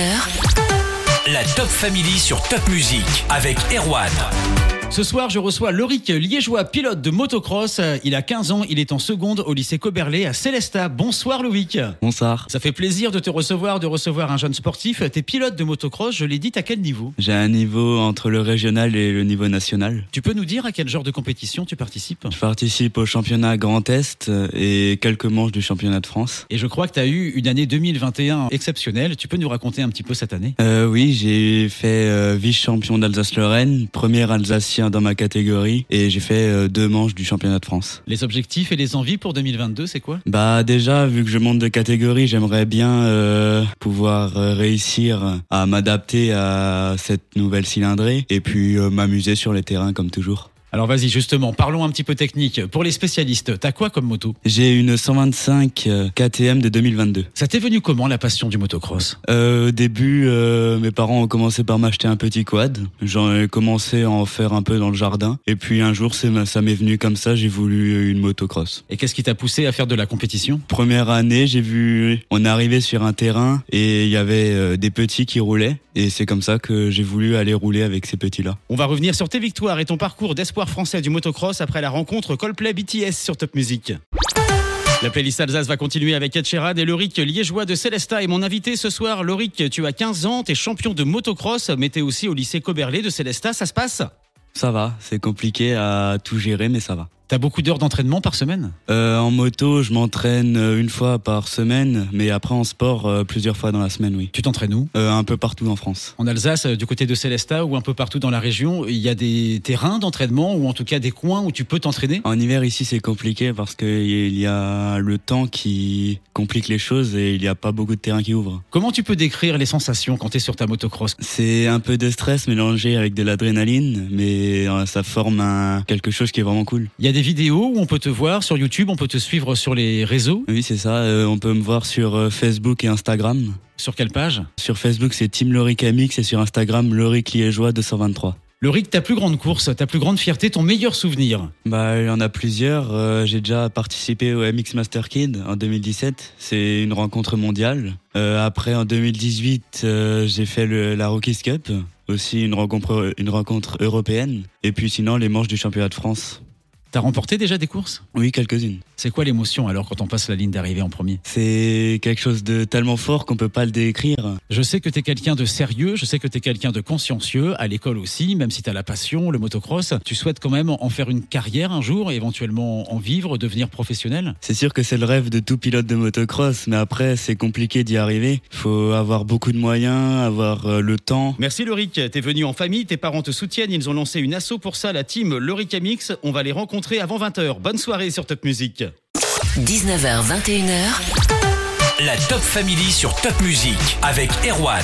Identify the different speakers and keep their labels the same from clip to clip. Speaker 1: 19h21h. La Top Family sur Top Music avec Erwan.
Speaker 2: Ce soir, je reçois Loric Liégeois, pilote de motocross. Il a 15 ans, il est en seconde au lycée Coberlé à Célestat. Bonsoir Loïc.
Speaker 3: Bonsoir.
Speaker 2: Ça fait plaisir de te recevoir, de recevoir un jeune sportif. T'es pilote de motocross, je l'ai dit, à quel niveau
Speaker 3: J'ai un niveau entre le régional et le niveau national.
Speaker 2: Tu peux nous dire à quel genre de compétition tu participes
Speaker 3: Je participe au championnat Grand Est euh, et quelques manches du championnat de France.
Speaker 2: Et je crois que tu as eu une année 2021 exceptionnelle. Tu peux nous raconter un petit peu cette année
Speaker 3: euh, Oui, j'ai fait euh, vice-champion d'Alsace-Lorraine, premier Alsacien dans ma catégorie et j'ai fait euh, deux manches du championnat de France.
Speaker 2: Les objectifs et les envies pour 2022, c'est quoi
Speaker 3: Bah déjà, vu que je monte de catégorie, j'aimerais bien euh, pouvoir réussir à m'adapter à cette nouvelle cylindrée et puis euh, m'amuser sur les terrains comme toujours.
Speaker 2: Alors vas-y, justement, parlons un petit peu technique. Pour les spécialistes, t'as quoi comme moto
Speaker 3: J'ai une euh, 125 KTM de 2022.
Speaker 2: Ça t'est venu comment la passion du motocross
Speaker 3: euh, Au début, euh, mes parents ont commencé par m'acheter un petit quad. J'en ai commencé à en faire un peu dans le jardin. Et puis un jour, ça m'est venu comme ça, j'ai voulu euh, une motocross.
Speaker 2: Et qu'est-ce qui t'a poussé à faire de la compétition
Speaker 3: Première année, j'ai vu, on arrivait sur un terrain et il y avait euh, des petits qui roulaient. Et c'est comme ça que j'ai voulu aller rouler avec ces petits-là.
Speaker 2: On va revenir sur tes victoires et ton parcours d'espoir français du motocross après la rencontre Coldplay BTS sur Top Music. La playlist Alsace va continuer avec Ed Sheeran et Loric Liégeois de Célestat. Et mon invité ce soir, Loric, tu as 15 ans, t'es champion de motocross, mais t'es aussi au lycée Coberlé de Célestat. Ça se passe
Speaker 3: Ça va, c'est compliqué à tout gérer, mais ça va.
Speaker 2: T'as beaucoup d'heures d'entraînement par semaine
Speaker 3: euh, En moto, je m'entraîne euh, une fois par semaine, mais après en sport, euh, plusieurs fois dans la semaine, oui.
Speaker 2: Tu t'entraînes où
Speaker 3: euh, Un peu partout en France.
Speaker 2: En Alsace, euh, du côté de Célestat ou un peu partout dans la région, il y a des terrains d'entraînement ou en tout cas des coins où tu peux t'entraîner
Speaker 3: En hiver, ici, c'est compliqué parce qu'il y a le temps qui complique les choses et il n'y a pas beaucoup de terrains qui ouvrent.
Speaker 2: Comment tu peux décrire les sensations quand tu es sur ta motocross
Speaker 3: C'est un peu de stress mélangé avec de l'adrénaline, mais euh, ça forme un... quelque chose qui est vraiment cool.
Speaker 2: Il y a des vidéos où on peut te voir sur YouTube, on peut te suivre sur les réseaux.
Speaker 3: Oui, c'est ça. Euh, on peut me voir sur euh, Facebook et Instagram.
Speaker 2: Sur quelle page
Speaker 3: Sur Facebook, c'est Team Loric Amix et sur Instagram, Loric Liégeois 223.
Speaker 2: Loric, ta plus grande course, ta plus grande fierté, ton meilleur souvenir
Speaker 3: Bah, il y en a plusieurs. Euh, j'ai déjà participé au MX Master Kid en 2017. C'est une rencontre mondiale. Euh, après, en 2018, euh, j'ai fait le, la Rockies Cup, aussi une rencontre, une rencontre européenne. Et puis sinon, les manches du championnat de France.
Speaker 2: T'as remporté déjà des courses
Speaker 3: Oui, quelques-unes.
Speaker 2: C'est quoi l'émotion alors quand on passe la ligne d'arrivée en premier
Speaker 3: C'est quelque chose de tellement fort qu'on peut pas le décrire.
Speaker 2: Je sais que t'es quelqu'un de sérieux, je sais que t'es quelqu'un de consciencieux, à l'école aussi, même si t'as la passion, le motocross, tu souhaites quand même en faire une carrière un jour, éventuellement en vivre, devenir professionnel
Speaker 3: C'est sûr que c'est le rêve de tout pilote de motocross, mais après c'est compliqué d'y arriver. Faut avoir beaucoup de moyens, avoir euh, le temps.
Speaker 2: Merci Loric, t'es venu en famille, tes parents te soutiennent, ils ont lancé une asso pour ça, la team Loric Amix, on va les rencontrer avant 20h. Bonne soirée sur Top Music.
Speaker 1: 19h, 21h. La Top Family sur Top Music avec Erwan.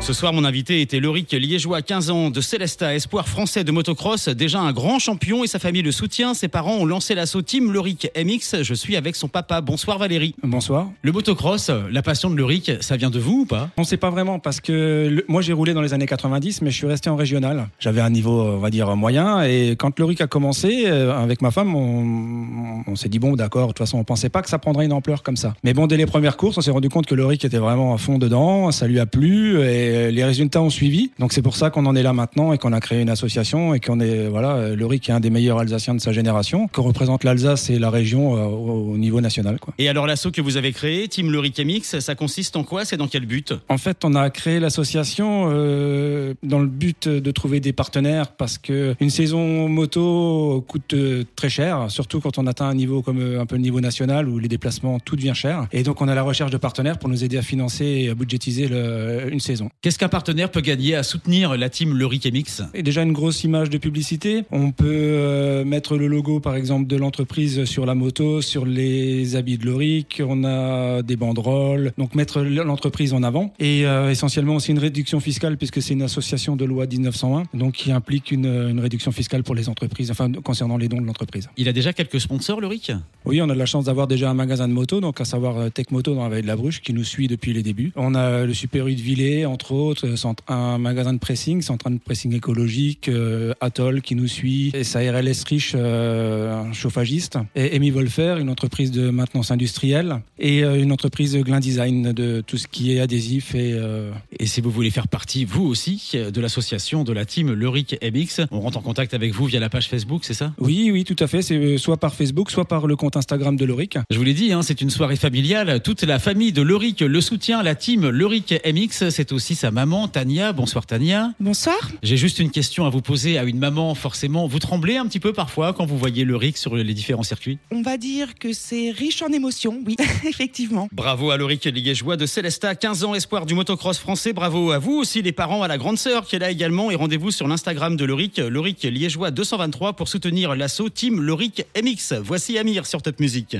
Speaker 2: Ce soir, mon invité était Loric Liégeois, 15 ans, de Célesta, espoir français de motocross, déjà un grand champion et sa famille le soutient. Ses parents ont lancé l'assaut Team Loric MX. Je suis avec son papa. Bonsoir Valérie.
Speaker 4: Bonsoir.
Speaker 2: Le motocross, la passion de Loric, ça vient de vous ou pas
Speaker 4: On ne sait pas vraiment parce que le... moi j'ai roulé dans les années 90, mais je suis resté en régional. J'avais un niveau, on va dire, moyen. Et quand Loric a commencé, euh, avec ma femme, on, on s'est dit bon, d'accord, de toute façon, on pensait pas que ça prendrait une ampleur comme ça. Mais bon, dès les premières courses, on s'est rendu compte que Loric était vraiment à fond dedans, ça lui a plu. Et les résultats ont suivi. Donc c'est pour ça qu'on en est là maintenant et qu'on a créé une association et qu'on est voilà, Loric est un des meilleurs Alsaciens de sa génération, que représente l'Alsace et la région euh, au niveau national. Quoi.
Speaker 2: Et alors l'assaut que vous avez créé, Team Loric MX, ça consiste en quoi C'est dans quel but
Speaker 4: En fait, on a créé l'association euh, dans le but de trouver des partenaires parce que une saison moto coûte euh, très cher, surtout quand on atteint un niveau comme euh, un peu le niveau national où les déplacements tout devient cher. Et donc on a la recherche de partenaires pour nous aider à financer et à budgétiser le, une saison.
Speaker 2: Qu'est-ce qu'un partenaire peut gagner à soutenir la team Loric MX
Speaker 4: Et déjà une grosse image de publicité. On peut euh, mettre le logo, par exemple, de l'entreprise sur la moto, sur les habits de Loric. On a des banderoles. Donc mettre l'entreprise en avant. Et euh, essentiellement aussi une réduction fiscale puisque c'est une association de loi 1901, donc qui implique une, une, réduction fiscale pour les entreprises, enfin concernant les dons de l'entreprise.
Speaker 2: Il a déjà quelques sponsors, Loric
Speaker 4: Oui, on a de la chance d'avoir déjà un euh, magasin de moto, donc à savoir Tech Moto dans la vallée de la Bruche, qui nous suit depuis les débuts. On a le euh, Super U de Villers entre entre autres, euh, centre- un magasin de pressing, centre de pressing écologique, euh, Atoll qui nous suit, et SARLS Rich, euh, un chauffagiste, et Amy Wolfer, une entreprise de maintenance industrielle, et euh, une entreprise Glin Design de tout ce qui est adhésif et euh,
Speaker 2: Et si vous voulez faire partie, vous aussi, euh, de l'association de la team Leuric MX, on rentre en contact avec vous via la page Facebook, c'est ça
Speaker 4: Oui, oui, tout à fait. C'est euh, soit par Facebook, soit par le compte Instagram de Loric.
Speaker 2: Je vous l'ai dit, hein, c'est une soirée familiale. Toute la famille de Leuric le soutient. La team Leuric MX, c'est aussi sa maman, Tania. Bonsoir, Tania.
Speaker 5: Bonsoir.
Speaker 2: J'ai juste une question à vous poser à une maman, forcément. Vous tremblez un petit peu parfois quand vous voyez Leuric sur les différents circuits
Speaker 5: On va dire que c'est riche en émotions, oui, effectivement.
Speaker 2: Bravo à Loric Liégeois de Célesta, 15 ans espoir du motocross français. Bravo à vous aussi, les parents, à la grande sœur qui est là également. Et rendez-vous sur l'Instagram de Loric, Loric Liégeois 223 pour soutenir l'assaut Team Loric MX. Voici Amir sur Top Music.